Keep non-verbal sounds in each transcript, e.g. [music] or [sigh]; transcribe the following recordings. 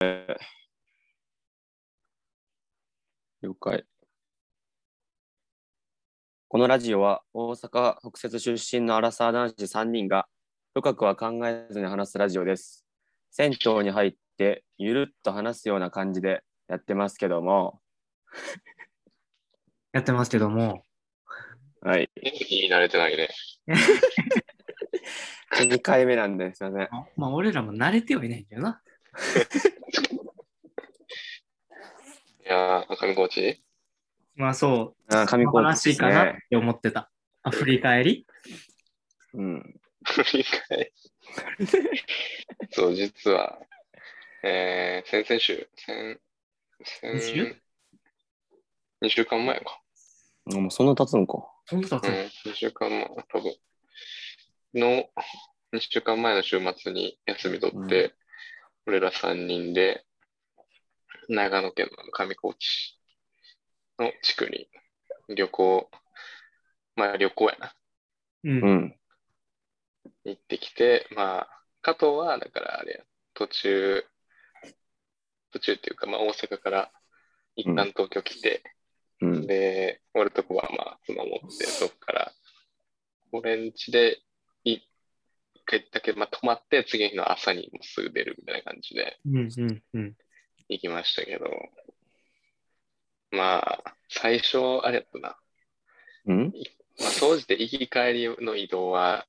えー了解。このラジオは大阪北節出身のアラサー男子3人が深くは考えずに話すラジオです。銭湯に入ってゆるっと話すような感じでやってますけども、やってますけども、はい。演技に慣れてないね。 2回目なんですよね。まあ俺らも慣れてはいないけどな。いやー、赤身コーチまあそう、あー神素コ晴ーらチしでいすかなっね。て思ってた。あ振り返りうん。振り返り。 [laughs] そう、実は、えー、先々週、先、二週先、2週間前か。もうそんな経つのか。本当だうん、2週間前、多分。の、2週間前の週末に休み取って、俺ら3人で、長野県の上高地の地区に旅行、まあ旅行やな。う。うんん。行ってきて、まあ、加藤は、だからあれや、途中、途中っていうか、まあ、大阪から一旦東京来て、うん。で、俺とこはまあ、妻持って、そっから、俺ん家で一回だけ、まあ、泊まって、次の日の朝にもうすぐ出るみたいな感じでうんうん [laughs] うん。行きましたけど、まあ、最初、あれやったな、うん。まあ、当時で行き帰りの移動は、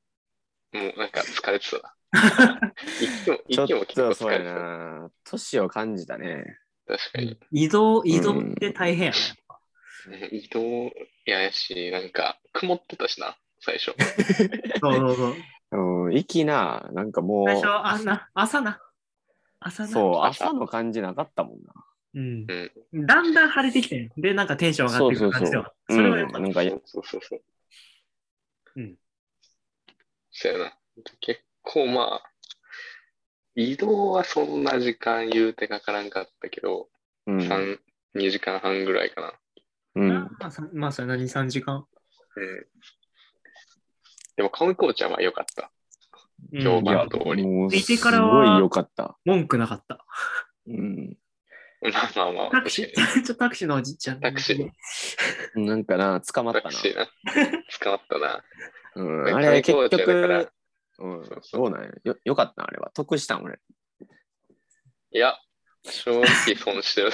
もうなんか疲れてたな。行きも、ちょ行っきもと結構疲そうれやてた。な。年を感じたね。確かに。移動、移動って大変やね。うん移動ややし、なんか曇ってたしな、最初。そうそうそう。うん、息な、なんかも最初、う、あんな、朝な。朝な。そう、朝朝の感じなかったもんな。う。んう。ん。だんだん晴れてきてん。で、なんかテンション上がってくる感じでは。そうそうそうそれはよかうっなんかやそうそうそう。うん。そうやな。結構まあ、移動はそんな時間言うてかからんかったけど、うん。三2時間半ぐらいかな。うた。ん。まあさまあ、それ何3時間。うん。でも、上高地はまあ良かった。うん評い判や、通りもう、いてすからごはい良かった。文句なかった。うん。まあまあまあ、タクシー、 [laughs] ちょっとタクシーのおじいちゃん。タクシー。なんかな、捕まっタたクな。シーな。捕まったな。うん。あれ、結観光地やだから局、うん。そうなんや。よ、よかったな、あれは。得したん、俺。いや、正直損してる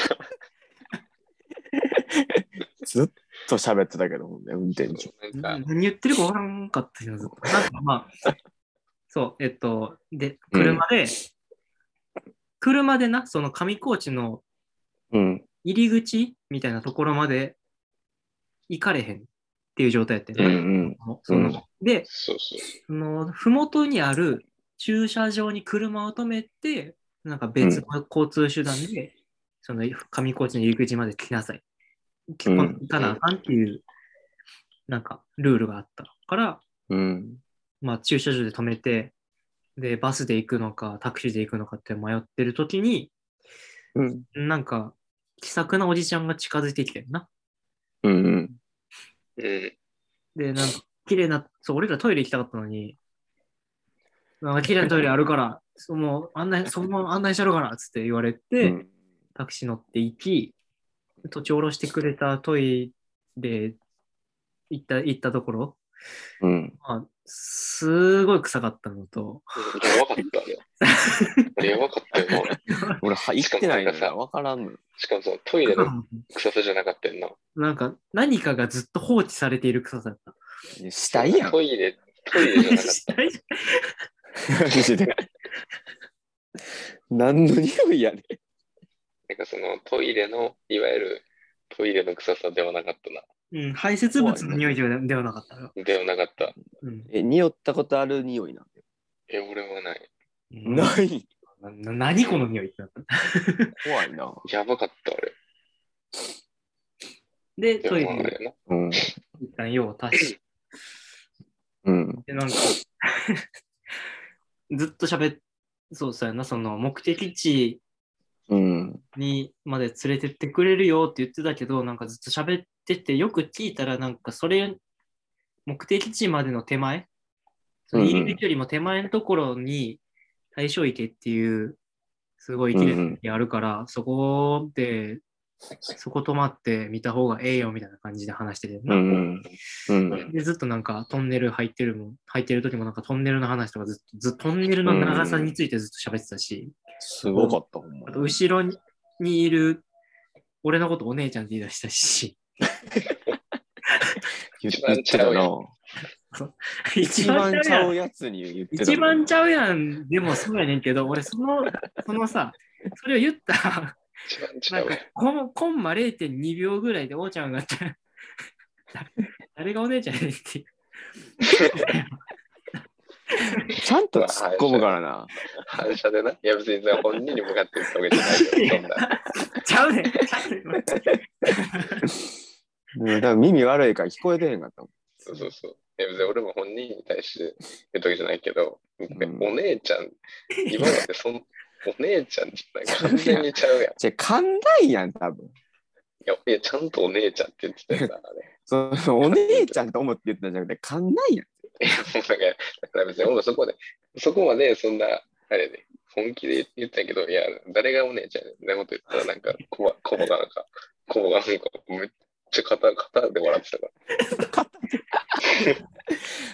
ずっと喋ってたけど、ほんで運転中。な。なんか、何言ってるか分からんかったけど、ずっとなんかまあ、そう、えっと、で、車で、車でな、その上高地のうん。入り口みたいなところまで行かれへんっていう状態やってんうねんうん。そのうんで、そうそう。その、ふもとにある駐車場に車を止めて、なんか別の交通手段で、その上高地の入り口まで来なさい。結婚行かなあかんっていう、なんかルールがあったから、うん。まあ、駐車場で止めて、で、バスで行くのか、タクシーで行くのかって迷ってる時に、うん。なんか、気さくなおじちゃんが近づいてきてんな。うんうん。 [laughs] うん。で、 [laughs] なんか、綺麗な、そう、俺らトイレ行きたかったのに、なんか綺麗なトイレあるから、その案 [laughs] 内、その案内してあるから、つって言われて、うんタクシー乗って行き、土地下ろしてくれたトイレ行った、行ったところ、うん。まあ、すごい臭かったのと、やばかったよ。あれやばかったよな。俺、は、生きてないのしかよ。もわからんのよ。しかもそのトイレの臭さじゃなかったよな。なんか、何かがずっと放置されている臭さだった。いやしたいやん。トイレ、トイレじゃなかった。 [laughs] マジで。 [laughs] 何の匂いやねなんかそのトイレの、いわゆるトイレの臭さではなかったうん、排泄物の匂いではではなかったよ。な。ではなかった。うんえ、匂ったことある匂いなんえ、俺はない。なない。な何この匂いってなった。怖いな。やばかった、あれ。で、でトイもレあにれうな。ん。一旦用を足しうん。て、なんか、ずっと喋っ、そうそうやな、その目的地うん。にまで連れてってくれるよって言ってたけど、なんかずっと喋ってて、よく聞いたら、なんかそれ、目的地までの手前、その入り口よりも手前のところに対象池っていう、すごい綺麗にあるから、そこで、そこ止まって見た方がええよみたいな感じで話してて、うんうんでずっとなんかトンネル入ってるもん、入ってる時もなんかトンネルの話とかずっと、ずっとトンネルの長さについてずっと喋ってたし、すごかった、ほんまあにと後ろににいる俺のことお姉ちゃんって言い出した [laughs] し、言ってたな。一一番番ちちゃゃうやんうやつに言ってた。一番ちゃうやん、でもそうやねんけど、俺その、そのさ、それを言 [laughs] った、違なんうか違う。コンコンマ0.2秒ぐらいでおーちゃんがって、 [laughs] 誰がお姉ちゃんやねんっていう。ちゃんと突っ込むからな。反射でな。いや別に本人に向かって言ったわけじゃないけど、そんな。ちゃうねん、ちゃうねん。うん、多分耳悪いから聞こえてへんかったもん。そうそうそう。いや別に俺も本人に対して言ったわけじゃないけど、んお姉ちゃん、今までその、お姉ちゃんじゃない。完全にちゃうやん。いじゃ噛んだんやん、多分。や、いやちゃんとお姉ちゃんって言ってたよな、あれ。そのお姉ちゃんと思って言ってたんじゃなくて、噛んだんやん。いやもうなんかだから別に俺もそこで、そこまでそんな、あれで、本気で言ったんやけど、いや、誰がお姉ちゃんやねんみたいなこと言ったら、なんか、コバコバがなんか、コバがなんか、めっちゃ肩、肩で笑ってたから。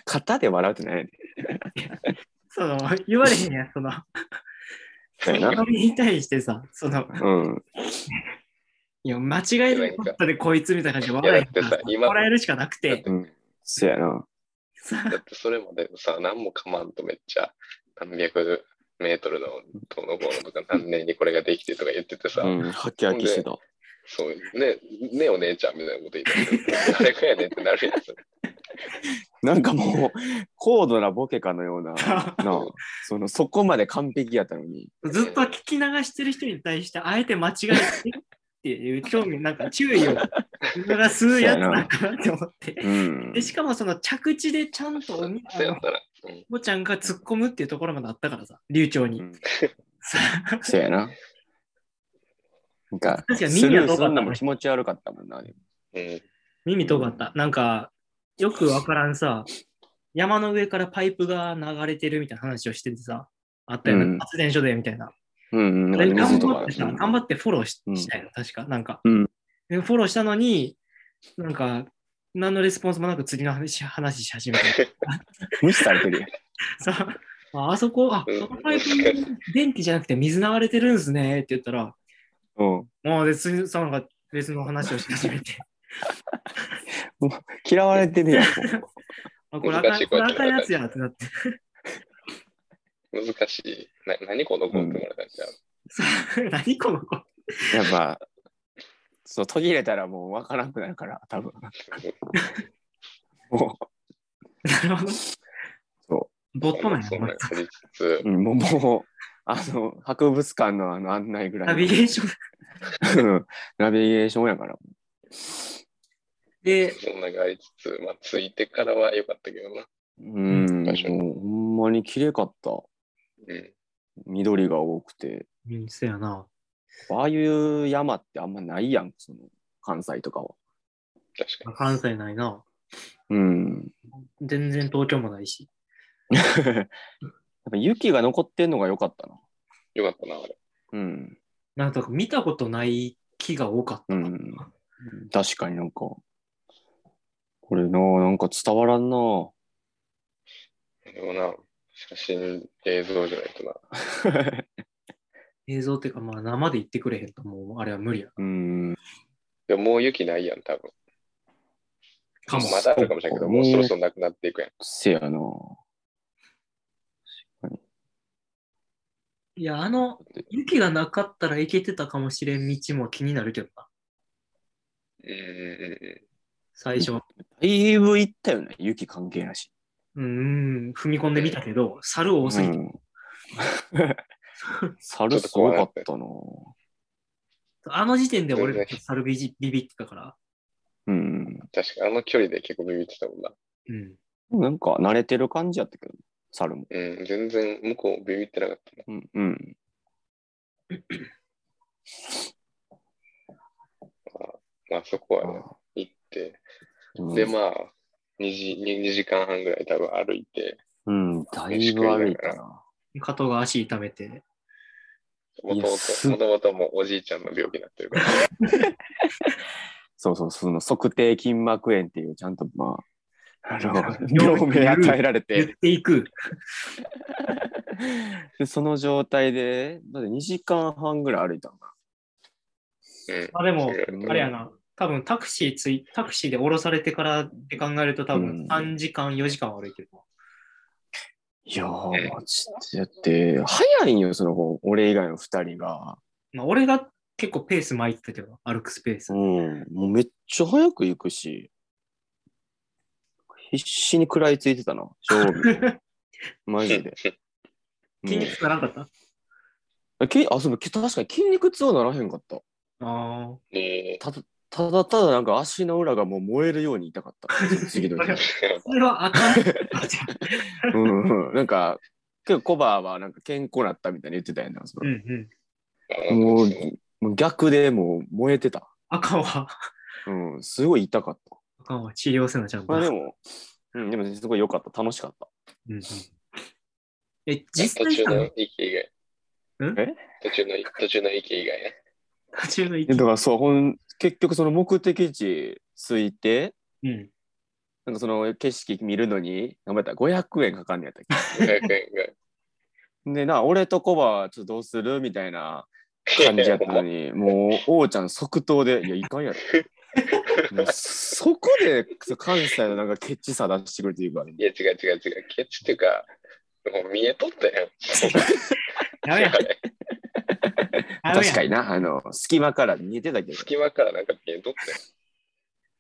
肩で笑うってないその、言われへんやん、その、そうやな。それに対してさ、その、うん。いや、間違えなかったで、こいつみたいな感じで笑えへんいやだってさ今もらえるしかなくて、うん。そやな。さだってそれまでさ、何もかまんとめっちゃ何百メートルのどうのこうのとか何年にこれができてとか言っててさ、うん。ハキハキしてた。そうね、ねお姉ちゃんみたいなこと言ってたけど [laughs] 誰かやねんってなるやつ。なんかもう、高度なボケかのような、なあそのそこまで完璧やったのに。ずっと聞き流してる人に対して、あえて間違えてっていう興味、なんか注意を促すやつなんかなって思って。うんで、。しかもその着地でちゃんとおに、あそうやのっ、たら、うんおちゃんが突っ込むっていうところまであったからさ、流暢に。うんさそやな。なんか、確かにス耳はルどうだーすったんのも気持ち悪かったもんな。でもうん、耳遠かった。なんか、よくわからんさ、山の上からパイプが流れてるみたいな話をしててさ、あったよね、うん発電所でみたいな。うんうん。なん頑か水と張かってさ、頑張ってフォローしうんしたよ、確か。なんか、うんでフォローしたのに、なんか、何のレスポンスもなく次の話話し [laughs] 始め無視されてるやん。た。さああそこ、あ、うんそこパイプ、電気じゃなくて水流れてるんすねって言ったら、うん。もう別に、そのなんか別の話をし [laughs] 始めて。嫌われてるやん。もうあ、これ赤難しいいここれうやって赤いやつやってなって。難しい。な何この子ってもらったじゃさ [laughs] 何この子やっぱ、そう、途切れたらもう分からなくなるから、多分。もなるほど。。そうボットマンやそんなな感じつつう、うん、もう、もうあの、博物館のあの案内ぐらいの。ナビゲーショうンんナビゲーションやから。で、そんながありつつ、まあ、ついてからは良かったけどな。うん、確かにもうほんまに綺麗かった。うん、緑が多くて。うん、そやな。ああいう山ってあんまないやん、その関西とかは。確か関西ないな。うん。全然東京もないし。やっぱ雪が残ってんのが良かったな。に。よかったな、あれ。うん。なんとか見たことない木が多かったうな。ん。確かになんか。これな、なんか伝わらんな。でもな、写真、映像じゃないとな。映像っていうか、まあ生で言ってくれへんともう、あれは無理や。うん。でももう雪ないやん、多分。かも。まだあるかもしれんけど、もうそろそろなくなっていくやん。せやな。いや、あの、雪がなかったら行けてたかもしれん道も気になるけどな。うんうんうん最初。だいぶ行ったよね、雪関係なし。うん、踏み込んでみたけど、猿多すぎて。うん [laughs] 猿すごかったな。あの時点で俺全が然猿ビジビビってたから。うん。確かにあの距離で結構ビビってたもんな。うん。なんか慣れてる感じやったけど、猿も。うん、全然向こうビビってなかったな。うん。うん、まあそこはね、行って。うんで、まあ、2時 ,2 時間半ぐらい多分歩いて、うん、だいぶ歩いたな。加藤が足痛めて。もといやもすと、もともともうおじいちゃんの病気になってるから。そうそう、その測定筋膜炎っていう、ちゃんと、まあ、あの病病名与えられ、言ってていく。でその状態で、だって2時間半ぐらい歩いたのかうん。まあでうも、んあれやな、多分タクシーつい、タクシーで降ろされてからって考えると多う分ん3時間、4時間は歩いてる。な。いやー、マジで。だって、早いんよ、その方、俺以外の2人が。まあ俺が結構ペース巻いてたけど、歩くスペースう。ん、もうめっちゃ早く行くし、必死に食らいついてたな、勝負。 [laughs] マジ [laughs] で。筋肉がなかった、うんきあ、そう、確かに筋肉痛はならへんかった。ああ。えただただただなんか足の裏がもう燃えるように痛かった。次の日。それはあかん。うんうん、なんか、結構コバはなんか健康だったみたいに言ってたやんな。そうんれうん。もうもう逆でもう燃えてた。あかんわ。うん、すごい痛かった。あかんわ。治療せなちゃんと。まあでも、うん、でもすごい良かった。楽しかった。うんうんえ、途実際中さ、の息以外。んえ途中の、途中の息以 [laughs] 外ね。途中のえ息だからそう、ほん結局その目的地着いて、うん。なんかその景色見るのに、頑張ったら500円かかんねやったっ500円が。け。で、な、俺とコバはちょっとどうするみたいな感じやったのに、もう、王ちゃん即答で、いや、いかんやろ。 [laughs] もうそこでそう関西のなんかケチさ出してくるっていうか、いや、違う違う違う。ケチっていうか、もう見えとったやん。やめや。やめや確かにな、あの、隙間から見えてたけ隙間からなんか見えとったやん。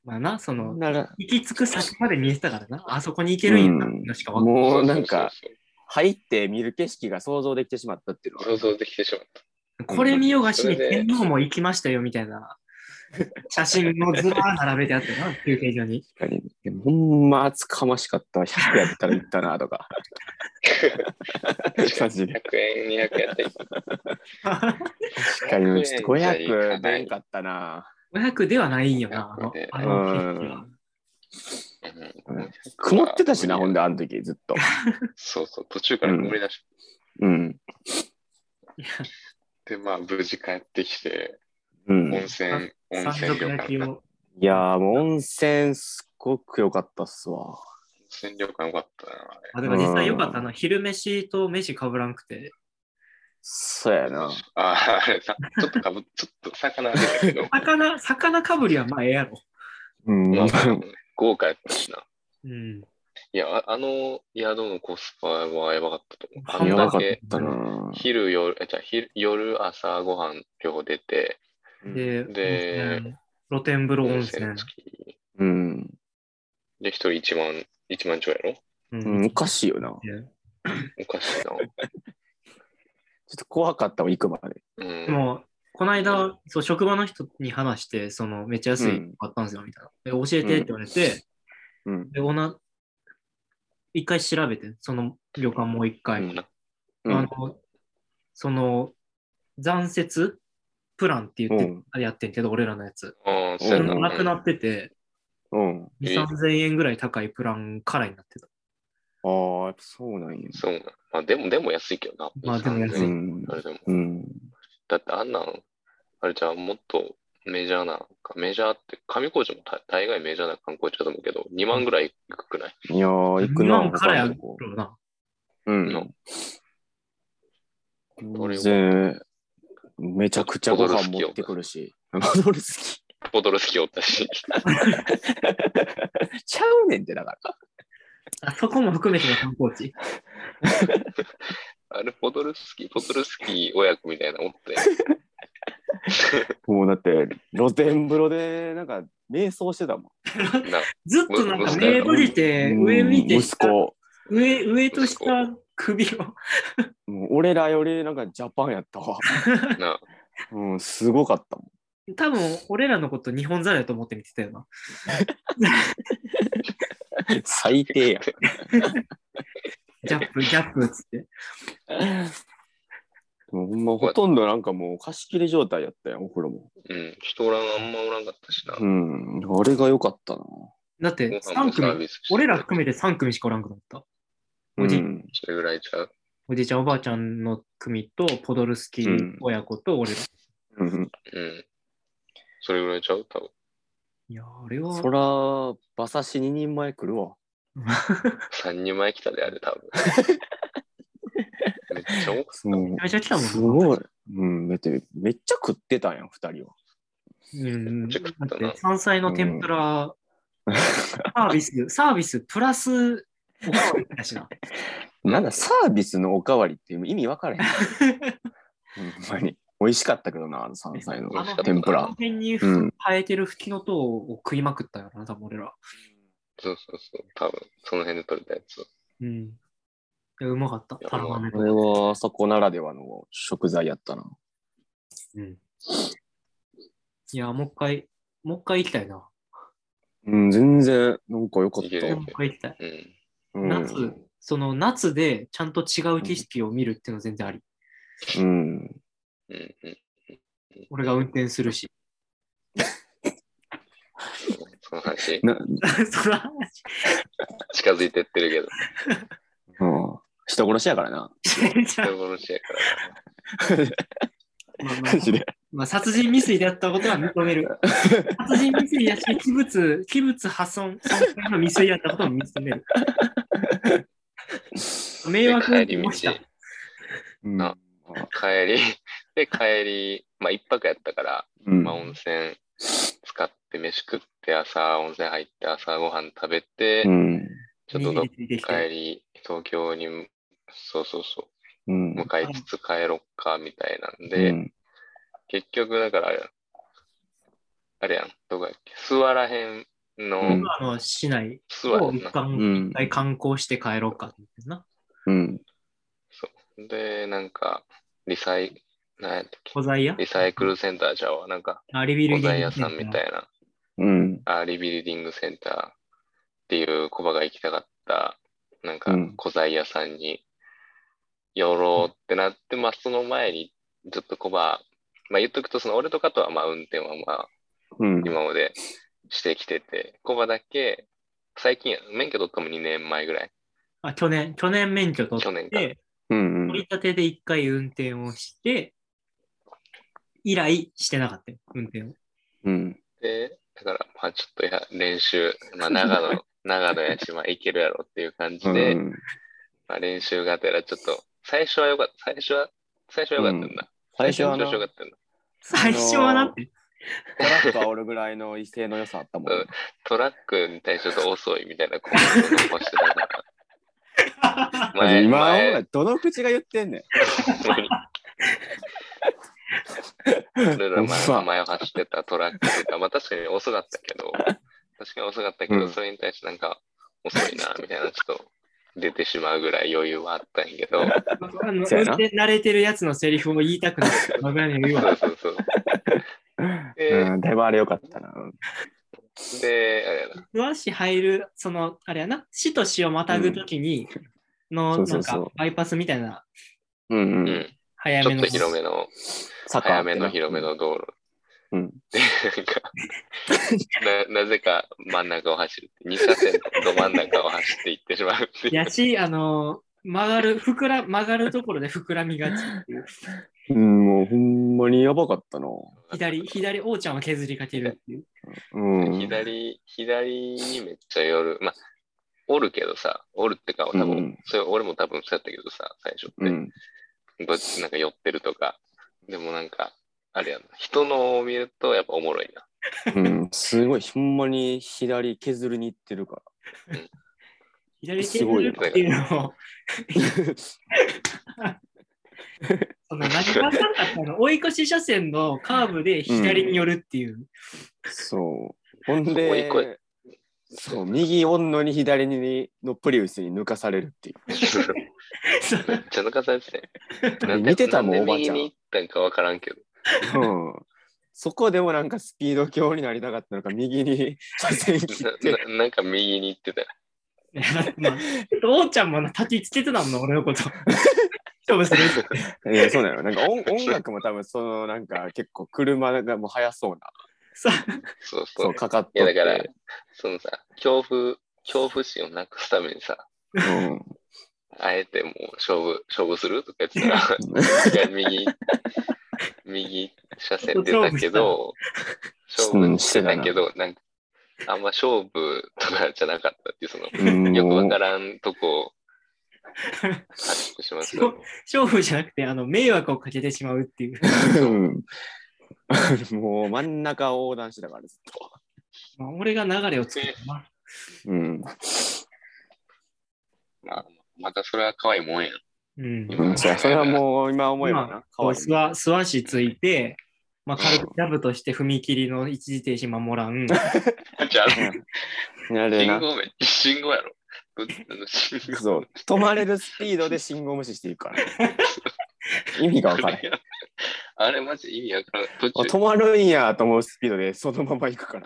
まあな、そど、の、なんか行き着く先まで見えてたからな。あそこに行けるんやな。うんのしかわかんないもうなんか、そう入って見る景色が想像できてしまったっていうのそうそう、想は、像できてしまっこれ見よがしにそれで天皇も行きましたよみたいな写真のずらー並べてあったな、休憩 [laughs] 所に。確かにでもほんま厚かましかったわ、100やったら行ったなと [laughs] か、た。感じで。 100円、200円やったら確かに、ちょっと500出んかったな。 500ではないんよな、あの500あの景色は。うん曇ってたしな、ほんで。で、あの時ずっと。そうそう、途中から曇り出しうん。いやて、まあ、無事帰ってきて、うん、温泉、温山泉賊旅焼館きが。温を。いやー、もう温泉すっごく良かったっすわ。泉旅館よかったな。あれあ、でも実際よかったな。昼飯と飯かぶらんくて。、そうやな。ああれさ、ちょっと [laughs] かぶ、ちょっと魚あげたけど魚、魚かぶりはまあええやろ。うんまあ、豪華やったしな。うん。いや、ああの宿のコスパはやばかったと思う。あうんやんばだかっけたな。昼、夜、えじゃあ昼夜、朝ごはん両方出て、で、で温泉露天風呂温泉。付き。うん。で、一人一万、一万ちょいやろううん、おかしいよな。ちょっでおかしいな。と怖かったわ、行くまで。うでん。も、この間、そう、職場の人に話して、その、めっちゃ安いの買ったんですよ、みたいな。で、教えてって言われて、うん。で、おな、一回調べて、その旅館もう一回。うんうあん。の、その、残雪プランって言っうてん、あれやってんけど、俺らのやつ。ああ、そうそやれな。もなくなってて、うん。え2、3000円ぐらい高いプランからになってた。ああ、やっぱそうなんや。そうな。まあ、でも、でも安いけどな。まあでも安いうんあ。れでも。うん。だって、あんなん、あれじゃあ、もっとメジャーな、メジャーって、上高地も大大概メジャーな観光地だと思うけど、2万ぐらいいくくないいやー、行く2な。万からや他のるところうな。うん。どれを全然、めちゃくちゃご飯持ってくるし。戻る好き。ポドルスキーおった [laughs] し。[laughs] ちゃうねんって、だから。あそこも含めての観光地。あれ、ポドルスキー、ポドルスキー親子みたいなのおって。もうだって、露天風呂で、なんか、瞑想してたもん。なずっとなんか目閉じて、上見てうん息下、子。上、上と下首を。もう俺らよりなんかジャパンやったわ。なうん、すごかったもん。多分、俺らのこと日本猿やと思って見てたよな。最低や。ジャップ、ジャップっつって。もうほんまほとんどなんかもう貸し切り状態やったやん、お風呂も。うん、人おらん、あんまおらんかったしな。うん、あれが良かったな。だって、ご飯も3サー組、ビスして俺ら含めて3組しかおらんくなった。おじいうんそれぐらいちゃう。おじいちゃんおばあちゃんの組とポドルスキー親子と俺ら。うんうん。それぐらいちゃう多分。いや、あれうはん、そら、馬刺し2人前来るわ。 3人前来たであれ多分。 [laughs] めっちゃ多かそうめちゃめちゃ来たもんなすごい。うん、だってめっちゃ食ってたんやん、2人は。うん。めっちゃ食ったなだって山菜の天ぷら、サービス、サービスプラス、おかわりだしな。なんだ、サービスのおかわりって意味分 [laughs] からへん。ほんまに。美味しかったけどな、あの山菜の美味しかった天ぷこのら。辺にうん生えてるフキノトウを食いまくったよな、多分俺ら。った。そうそうそう。多分、その辺で取れたやつ。うん。いやうまかった。いやタラバネとこれは、そこならではの食材やったな。うん。いや、もう一回、もう一回行きたいな。うん、全然、なんか良かっいけた。るもう一回行きたい。うん。うん、夏、その夏でちゃんと違う景色を見るっていうの全然あり。うん。うんうん。俺が運転する [laughs] し。その話、な、そら、 [laughs] 近づいてってるけど。うん、人殺しやからな。じゃあ人殺しやからな。まあまあマジ [laughs] で。まあ、殺人未遂であったことは認める。 [laughs] 殺人未遂やし、器物、器物破損、損壊の未遂やったことも認 [laughs] める。迷惑で帰をりした道。、うんあ帰り、で、帰り、まあ、一泊やったから、うんまあ、温泉使って飯食って、朝、温泉入って、朝ごはん食べて、うん。ちょっとどっついてき帰て。り、東京に、そうそうそうう、ん。向かいつつ帰ろっか、みたいなんうで、ん結局、だからあれやん、あれやん、どこやっけ、諏訪らへんの、うん今の市内諏を訪一やんな。旦うん一。回観光して帰ろうかって言ってんな。うん。で、なんか、リサイ、なんやったっけ小材屋リサイクルセンターちゃうわ、なんか、あリビル小ギ材屋さんみたいいな。うん。あーリビルディングセンターっていうコバが行きたかった、なんかうん小材屋さんに寄ろうってなって、まあその前にちょっとコバ、まあ言っとくと、その俺とかとはまあ運転はまあうん。今までしてきてて、コバだけ最近、免許取ったのも2年前ぐらい、あ、去年、去年免許取去っ年か。て、うん。取り立てで一回運転をして、以来してなかったよ、運転を。うん。で、だからまあちょっとや練習、まあ [laughs] 長野、長野やし、まあ行けるやろっていう感じで、うんまあ、練習がてらちょっと、最初はよかった、最初は、最初はよかったんだ。うん最初は最な、初よかトったんだ。最初はなって。ラック煽るぐらいの威勢の良さあったもんね。トラックに対してちょっと遅いみたいなコメントを残してたから。 [laughs] マジ前今、お前前、どの口が言って [laughs] んねん。ほんまに俺らうわ前前を走ってたトラックとか、まあ確かに遅かったけど、確かに遅かったけど、うんそれに対してなんか遅いな、みたいな、ちょっと出てしまうぐらい余裕はあったんや [laughs] けど、あの運そうやな転慣れてるやつのセリフを言いたくなる。わからない言うそわうそうそう。で、うん、だいぶあれ良かったな。で、あれやな、諏訪市入る、その、あれやな、市と市をまたぐときに、の、そうそなんうそうか、バイパスみたいな、うんううんん。、早ちめょっの。と広めのサッカーあ早ってめなの広め。の道路。うん。で [laughs] なんかななぜか真ん中を走る。2車線のど真ん中を走っていってしまうっていう。やし、あの、曲がる、ふくら、曲がるところで膨らみがちっていう。うん、もうほんまにやばかったな。左、左、王ちゃんを削りかけるっていう。うん。左、左にめっちゃ寄る。まあ、おるけどさ、おるってか、多分、うんそれ俺も多分そうやったけどさ、最初って。うん。どっちなんか寄ってるとか。でもなんか、あれやな。人のを見るとやっぱおもろい [laughs] な。うん。すごい、ほんまに左削りに行ってるか左削るっていうのを、ら。 [laughs] その、何が分かんなかったの、追い越し車線のカーブで左に寄るっていう。そう。ほんもう一個で、そう、右おんのに左にのプリウスに抜かされるっていう。そうめっちゃ抜かされてたよ。見てたもんなでおばちゃん右に行ったんかわからんけど。うんそこでもなんかスピード強になりたかったのか、右に車線切って。なななんか右に行ってたよ。 [laughs] まあちょっと王ちゃんもな、焚きつけてたもんな、俺のこと。 [laughs] 勝負する [laughs] っていやそうなの。なんか音音楽も多分そのなんか結構車がもう速そうな、さ、そうそう。そうかかっいてやだから、そのさ、恐怖、恐怖心をなくすためにさ、うん、あえてもう勝負、勝負するとか言ってたら、いや [laughs] 右、右車線出たけど、勝勝負負ししててたなたけど、なんか、あんま勝負とかじゃなかったっていう、その、うんよくわからんとこ [laughs] を発揮しますよね。勝負じゃなくて、あの、迷惑をかけてしまうっていう。うん [laughs] もう真ん中を横断してたからずっまあ俺が流れを作ったな。と。うん。まあ、またそれは可愛いもんや。うん。うんそそれはもう今思えばな。かわいい。スワスワシついて、まあ、軽くジャブとして踏切の一時停止守 [laughs] らん。じゃあ、やれ信な。号め、信号やろ。ぶあの信号そう。止まれるスピードで信号無視していくから、 [laughs] ね。意味が分からへん。あれマジ意味わからん。途あ中止まるんやと思うスピードでそのまま行くから。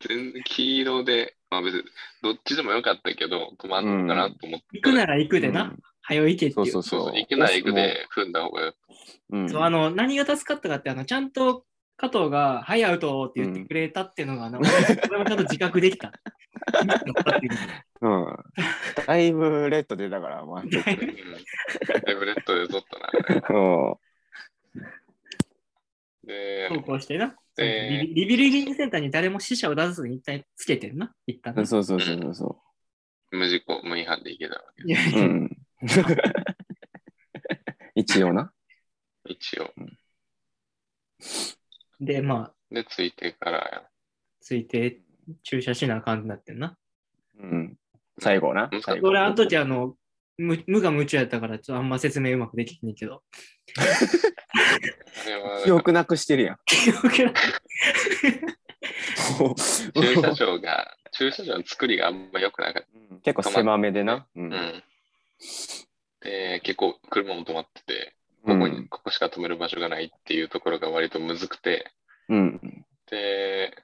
全然黄色で、まあ別にどっちでもよかったけど、止まんのかなと思って。行くなら行くでうな。ん早い行けっていう。そうそうそそ。うそうう、行くなら行くで組んだ方がよもう。うんそうあの何が助かったかってあの、ちゃんと加藤が、はい、アウトって言ってくれたっていうのが、 [laughs] あの俺もちゃんと自覚できた。 [laughs] ミスだったっていううん。だいぶレッド出たから、まあ。く。うんレブレットで取ったなあれ。そで、そうこうしてな。えーリビリビリギングセンターに誰も死者を出さずに一旦つけてるな。一旦なうそうそうそうそ。無事故、無違反で行けたわけ。いやいううやん。一応な。一応。 [laughs] で、まあ、で、ついてからや。ついて駐車しなあかんになってんな。うん。最後なう。ん最後俺、あの時あの、無無我夢中やったから、ちょっとあんま説明うまくできてんねんけど。 [laughs] あれは記憶なくしてるやん。 [laughs] 駐車場が、駐車場の作りがあんま良くなかっ [laughs] うん結構狭めでな。うた。うん。で、結構車も止まってて、ここに、うんここしか止める場所がないっていうところが割とむずくて、 [laughs] うん。で、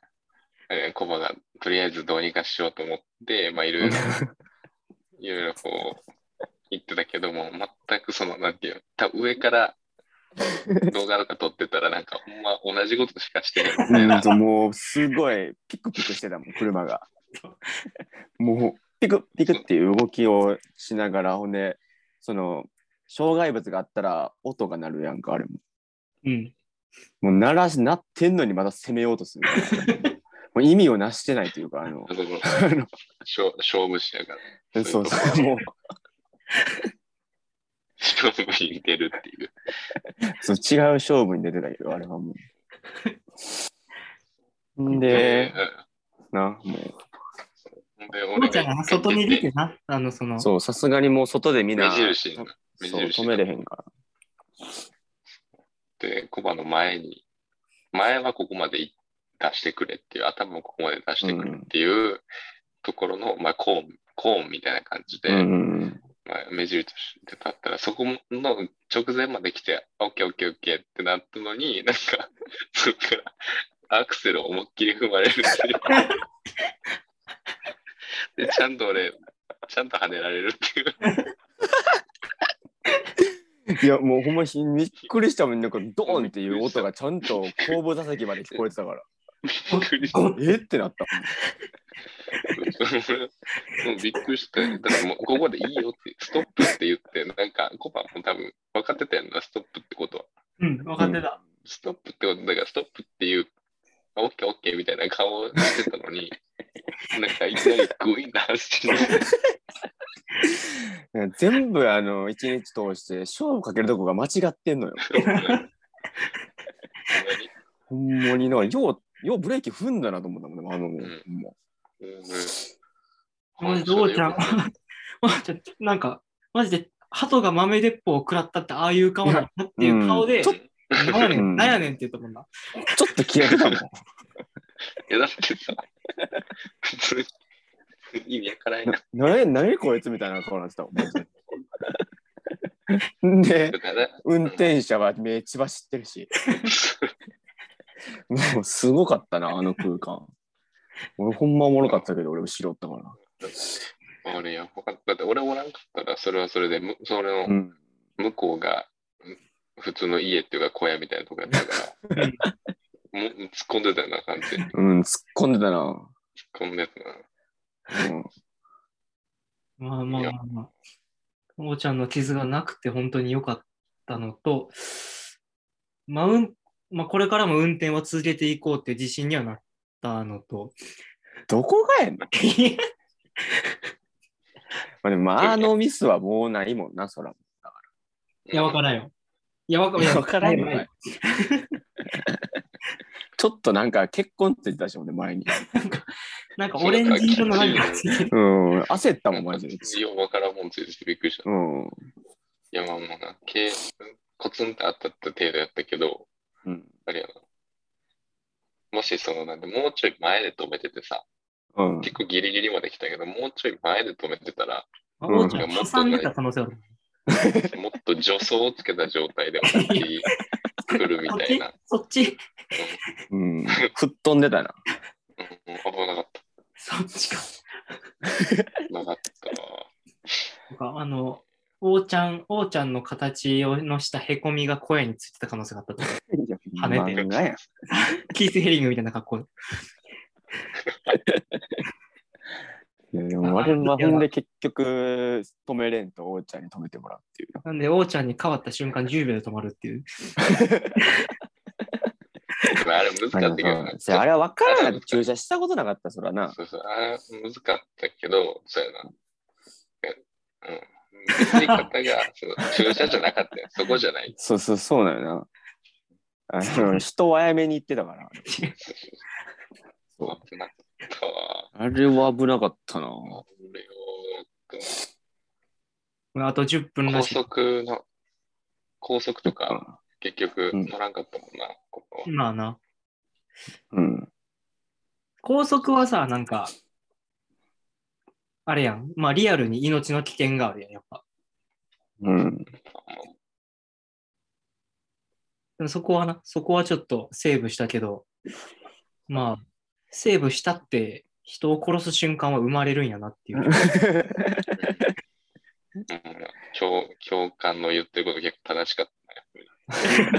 えーコバがとりあえずどうにかしようと思って、まあいろ [laughs] いろ、いろいろこう、言ってたけども、全くその、なんていうの、多分上から動画とか撮ってたら、なんか、ほんま同じことしかしてないみたいな。うん、もうすごいピクピクしてたもん車が [laughs] もうピクピクっていう動きをしながらほんでその障害物があったら音が鳴るやんかあれもうん。もう鳴らし鳴ってんのにまだ攻めようとするもう意味をなしてないというかあのあ [laughs] のあ勝勝負師やから、のそうそうもう勝負師に出るっていう。そう違う勝負に出てたけどあれはもうでで、なもうんもで、俺ーちゃんが外に出てな、あの、そのう、そうさすがにもう外でみんな目印の目そう印止めれへんからで、コバの前に、前はここまでい出してくれっていう、頭をここまで出してくれっていうところの、まあ、コーン、コーンみたいな感じで、うんうんうんまあ、目印として立ったら、そこの直前まで来て、オッケーオッケーオッケーってなったのに、なんか、そっからアクセルを思いっきり踏まれるって [laughs] いう。で、ちゃんと俺、ちゃんと跳ねられるっていう。いやもうほんまひびっくりしたもんなんかドーンっていう音がちゃんと後部座席まで聞こえてたからびっくりした。おもお [laughs] えってなった [laughs] うびっくりした。だからもうここでいいよって、ストップって言って、なんかコパも多分分かってたよな、ストップってことは。うん、分かってた。ストップってことだから、ストップっていう、あオッケーオッケーみたいな顔をしてたの [laughs] に、なんかいきなりグインな走りでうん全部あの一日通して勝負かけるとこが間違ってんのよほんまになようようブレーキ踏んだなと思ったもんねあの、んほんまマジで、おーちゃん、 [laughs] おーちゃん、なんか、マジで、鳩が豆鉄砲を食らったって、ああいう顔なんだっていう顔うで、んちょっなんやねうんん、なんやねんって言ったもんな。ちょっと消えてた [laughs] もんいやだってさ、 [laughs] 普通に意味わからないなな何何こいつみたいな顔になってたもんマジでんでだから、運転手はめっちば知ってる [laughs] しもうすごかったなあの空間俺ほんまおもろかったけど俺後ろおったから俺やばかった。だって俺おらんかったら、それはそれで、むそれの、うん向こうがうん普通の家っていうか小屋みたいなとこやったから、もう突っ込んでたような感じで、突っうん、突っ込んでたな。込んでたな。うんまあまあまあまあ。おーちゃんの傷がなくて本当に良かったのと、まあ、うん、まあ、これからも運転は続けていこうっていう自信にはなったの [laughs] と、どこがやねん。まいやあ、でもまああのミスはもうないもんな、そら。いや、わからんよ。いや、わかいやわからんよよ。ないちょっとなんか血痕ついてたしもんね、前に。なんかオレンジ色の何かついてる。うん、焦ったもん、マジで。ようわからんもんついててびっくりした。いうん。や、まあまあな、けコツンって当たった程度やったけど、うん。あれやな。もしその、なんで、もうちょい前で止めててさ、うん、結構ギリギリまで来たけど、もうちょい前で止めてたら、あうんおーちゃん、挟んでた可能性ある。もっと助走をつけた状態で渡り来るみた [laughs] いな。そっちうん。吹っ飛んでたな。うん、危なかっそっちそっちか。た。なかったな。なんかあの、おーちゃん、おーちゃんの形をのしたへこみが声についてた可能性が [laughs] あったと。跳ねて漫画や。キース・ヘリングみたいな格好。いやでも我々はほんで結局止めれんと、おうちゃんに止めてもらうっていうな。なんで、おーちゃんに変わった瞬間10秒で止まるっていう。でもあれ難かったけどなせやあれは分からない。駐車したことなかった、そらな。そうそう、あれ難かったけど、そうやな。うん。乗り方が、その駐車じゃなかったよ。そこじゃない。そうそう、そうなのよな。あの人を早めに行ってたから。そう危なかったわ。あれは危なかったな。俺よ。あと10分ら高しい。速の、高速とか、結局うん乗らんかったもんな、ここは。まあな。うん。高速はさ、なんか、あれやん。まあ、リアルに命の危険があるやん、やっぱ。 [laughs] うん。でもそこはな、そこはちょっとセーブしたけど、まあ、セーブしたって、人を殺す瞬間は生まれるんやなっていう。うん教教官の言ってること結構正しか [laughs] っ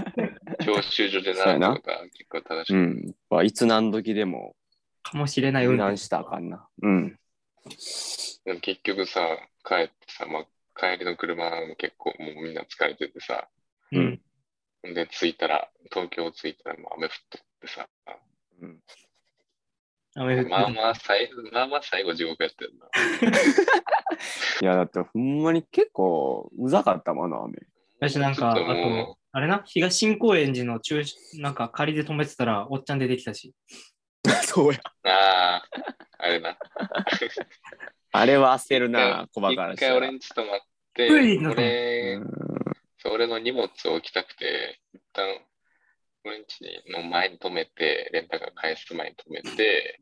たね。教習所で習ったことは結構正しうかっん。まあ、いつ何時でもかもしれない運油転断したらあかんな。うん。た。でも結局さ、帰ってさ、まあ、帰りの車も結構もうみんな疲れててさ、うんうん。で、着いたら、東京着いたらもう雨降っとってさ、うん、雨降ってまあまあ最後、まあまあ最後地獄やったよな。いや、だってほんまに結構うざかったもん、あの雨。私なんか、あちょっととも、あれな、東新高円寺の中、なんか仮で止めてたら、おっちゃん出てきたし。 [laughs] そうや。う、ああ、あれな。あれは焦るな、小バカら一した回ら俺んち泊まって、プリンの俺うん、そう俺の荷物を置きたくて、一旦、俺ん家の前に止めて、レンタカー返す前に止めて、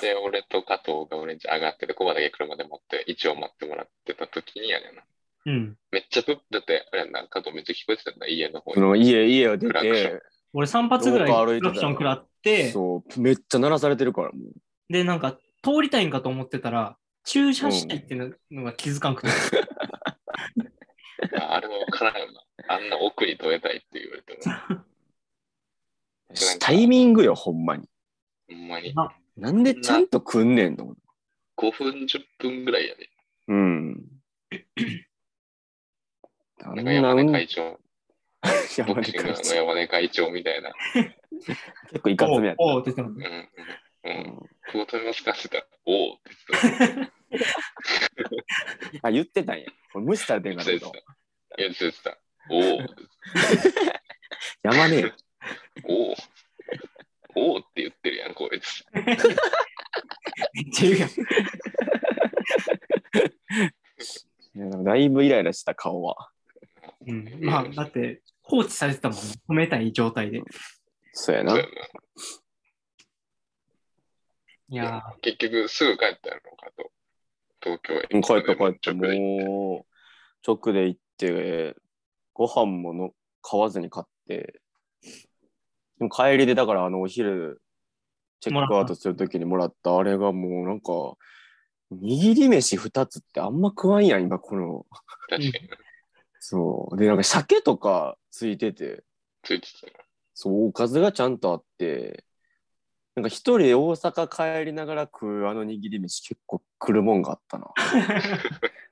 で、俺と加藤が俺ん家上がってて、コバだけ車で持って、一応待ってもらってた時にやねんな。うん。めっちゃプッ、だって、あれやんな、加藤めっちゃ聞こえてたんだ、家の方そに。の家、家を出クラクショて、俺3発ぐらい廊下歩いてたらクラクション食らって、そう、めっちゃ鳴らされてるから、もう。で、なんか通りたいんかと思ってたら、駐車したいっていうのが気づ [laughs] かんくて、ああれもわからんよな。あんな奥に止めたいって言われても、タイミングよ、ほんまに。ほんまに。あなんでちゃんと来んねんと思って。 5分、10分ぐらいやね。うん。あなんか山根い会長、 [laughs] ボクシングの山根会長みたいな。結構いかおつうめやっおうって言ってうんた。うんうたん。久保富ますかって言ったら、おおって言ってた。あ、言ってたんや。俺無視されてんか言っらてた。言ってた。おお山根よ。おおおおって言ってるやん、こいつ。めっちゃ言うやん。いやでもだいぶイライラした顔は。うん、まあ、だって、放置されてたもん、ね、止めたい状態で。いそうやそなうや。なや結局、すぐ帰ったやろかと。東京へ。帰った帰った。直でもう、直で行って、ご飯もの買わずに買って、でも帰りでだからあのお昼、チェックアウトするときにもらったあれがもうなんか、握り飯2つってあんま食わんやん、今この。確かに。そう。で、なんか鮭とかついてて、ついてたな。そう、おかずがちゃんとあって、なんか一人大阪帰りながら食うあの握り飯結構来るもんがあった [laughs] な。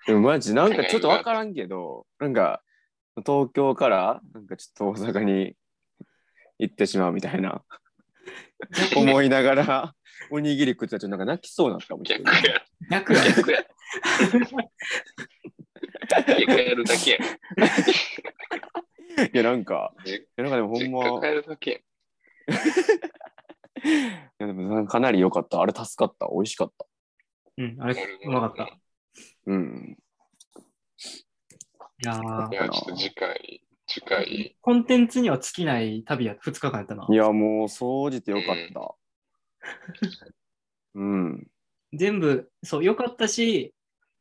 でもマジなんかちょっとわからんけど、なんか東京からなんかちょっと大阪に行ってしまうみたいな思いながらおにぎり食ってたらちょっとなんか泣きそうになったもん。逆や。逆や。逆や。逆やるだけや。いやなんか、じいやなんかでもほん実家ま、帰いるだけや。やでもかなり良かった。あれ助かった。美味しかった。うん、あれ、うまかった。いうん。やーいや、ちょっと次回、次回、コンテンツには尽きない旅や、2日間やったな。いやもう総じて良かった。うん。全部、そう、良かったし、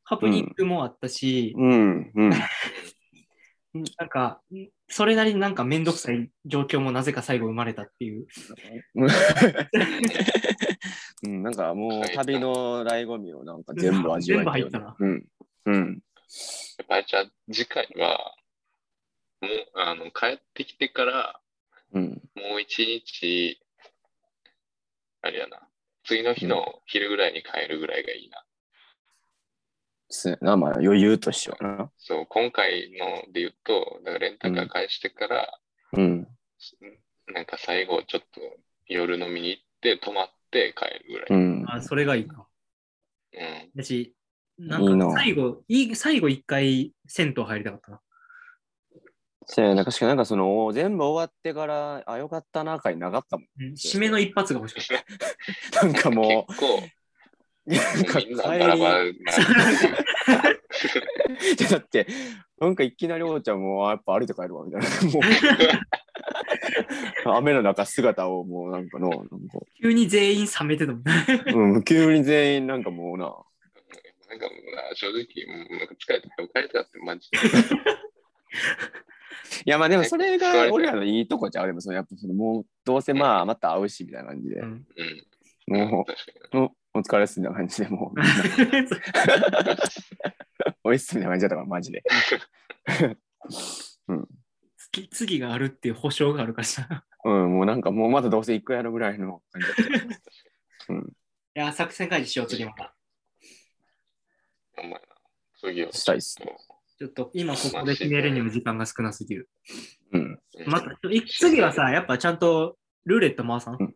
ハプニングもあったし、うん。うん。なんか、それなりになんかめんどくさい状況もなぜか最後生まれたっていう。うん、なんかもう旅の醍醐味をなんか全部味わえたよね全部入ったなうん。うん。やっぱりじゃあ次回は、もう、あの、帰ってきてから、うん。もう一日、あれやな、次の日の昼ぐらいに帰るぐらいがいいな。そうやな、まあ余裕としてはな。そう、今回ので言うと、だからレンタカー返してから、うん。なんか最後ちょっと夜飲みに行って、泊まって帰るぐらうい。ん。あそれがいいな。うん。だし、ないいんかな最後、いい最後一回銭湯入りたかったな。そうやな、確かになんかその全部終わってから、あ、よかったな、会なかったもん。うん締めの一発が欲しかった。なんかも結構、う、なんか帰みんなバラバラな。 [laughs] り、でだって、なんかいきなりおうちゃんも、あやっぱ歩いて帰るわ、みたいな。もう、雨の中姿をもうなんかの、なんか、急に全員冷めてたもん。うん、急に全員なんかもうな、なんかもうな、正直、もうなんか疲れて、疲れたって、[laughs] マジで。いやまあでもそれが俺らのいいとこじゃうでもそのやっぱそのもうどうせまあまた会うしみたいな感じで、うん [laughs] うん。も確かに。うおお疲れっすみたいな感じでもうみんなおいっすみたいな感じだったからマジで次次があるっていう保証があるからさ。うんもうなんかもうまたどうせ行くやろぐらいの感じだったからいや、作戦会議しよう、次また。お前な。次は。したいっすねちょっと今ここで決めるにも時間が少なすぎる。うんうんまた、い次はさ、やっぱちゃんとルーレット回さん。うん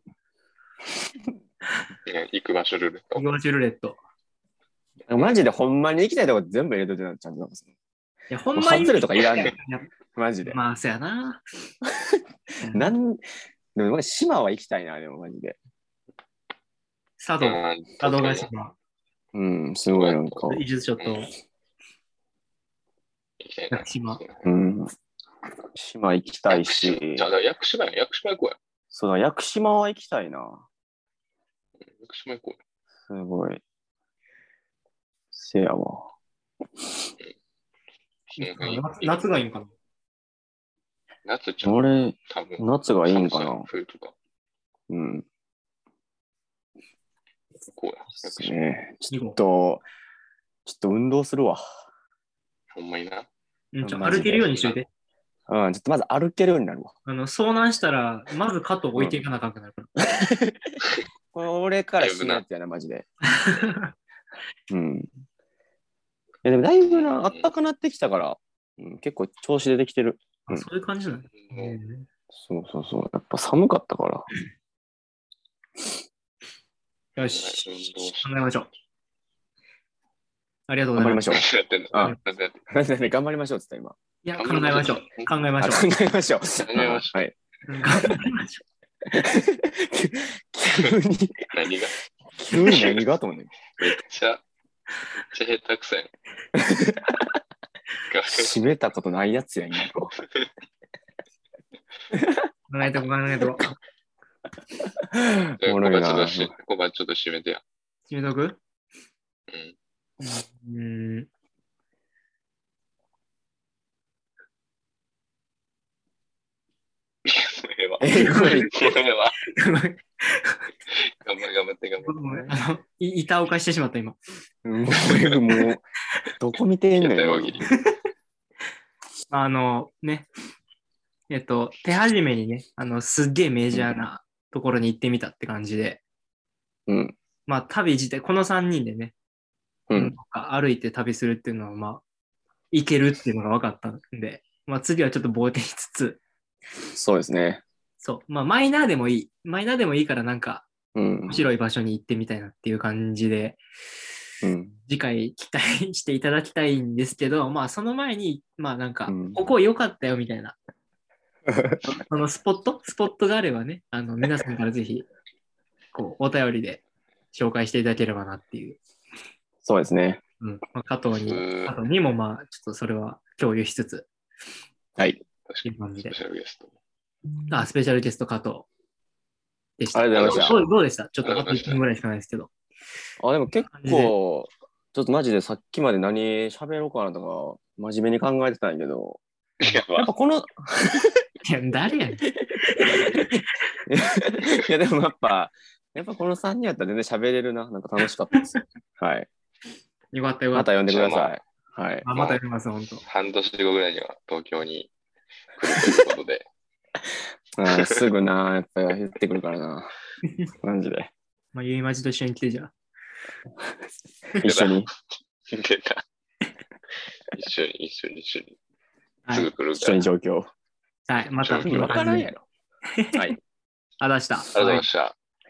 いや行く場所ルールと。幼児ルーレット。マジでほんまに行きたいとこ全部入れといてなちゃんとなんかそのいや、ほんまに。もう外れとかいらんねんいやマジで、まあ、そうやな。なんでも島は行きたいなでもマジで佐渡、佐渡行島、うんすごいなんか伊豆諸島、きたいな。屋久島うん島行きたいしじゃあ、屋久島や、屋久島行こうや。そうだ屋久島は行きたいな屋久島行こすごいせやわうや。夏夏がいいんかな。夏ちゃん、俺、多分。夏がいいんか寒なさ。冬とか。うん。で行こうや。屋す久島。ね。ち二ょ号っと、ちょっと運動するわ。ほんまにな。うん、ちょマジで歩けるようにしといて。うん、ちょっとまず歩けるようになるわ。あの遭難したら、まず加藤置いていかなあかんくなるかこれ俺からしないやつやな、マジで。ら。うん。いや、でもだいぶな、あったかなってきたから、うん、結構調子出てきてる。うんあそういう感じなの、もうねそうそうそう。やっぱ寒かったから。よし、考えましょう。ありがとうご頑ざ張りますいま。しょう。やってんのあなんでやってんなんでね [laughs] 頑張りましょうって言ったいや、考えましょう。考えま今。あし考ょう。えましょう。考えましょうはい。うん考えましょ急に、の何が急に何がと [laughs] 思うね。めっちゃ、めっちゃ下手くそやん。閉めたことないやつやん、今う。考えてこ考えてこ。じゃあお小もろい判ちょっなと。し、小判ちょっと閉めてや。決めとくうん。うーん。いや、それは。えこれそれは。ごめん頑張れ、頑張って、頑張ごめんあの、い板を貸してしまった、今。もう、もう、どこ見てんのって。やったよ、よ大喜。利。あのね、えっと、手始めにね、あの、すっげえメジャーなところに行ってみたって感じで、うん。まあ旅自体、この3人でね、うん。歩いて旅するっていうのは、まあ、行けるっていうのが分かったんで、まあ次はちょっと冒険しつつ、そうですね。そう、まあマイナーでもいい。マイナーでもいいからなんかうん面。白い場所に行ってみたいなっていう感じで、うん。次回期待していただきたいんですけど、 [laughs] まあその前に、まあなんか、うんここ良かったよみたいな、そのスポットスポットがあればね、あの皆さんからぜひ、こう、お便りで紹介していただければなっていう。そうですね。うん。まあ、加藤に、うん加藤にもまあ、ちょっとそれは共有しつつ、はい。っていう感じスでペ。シャルゲスト。あ、スペシャルゲスト加藤でした。ありがとうございましたどうどうでしたちょっとあと1分ぐらいしかないですけど。あ、でも結構、ちょっとマジでさっきまで何喋ろうかなとか、真面目に考えてたんやけど、いや、まやっあぱこの、 [laughs] いや、誰やねん。いやでもやっぱ、やっぱこの3人やったら全然喋れるな。なんか楽しかったです。はい。よかったよかまった。た呼んでください。はい。あまたやります、本当。半年後ぐらいには東京に来るということで、あーすぐな、やっぱり言ってくるから [laughs] な。マジで。まあ、ゆいまじと一緒に来てじゃあ。一緒に。出た。一緒に、一緒に、一緒に。はすぐい。来る一緒から。に状況。はい、また。ちょっとわからんやろ。はい。あ、出した。ありがとうございました。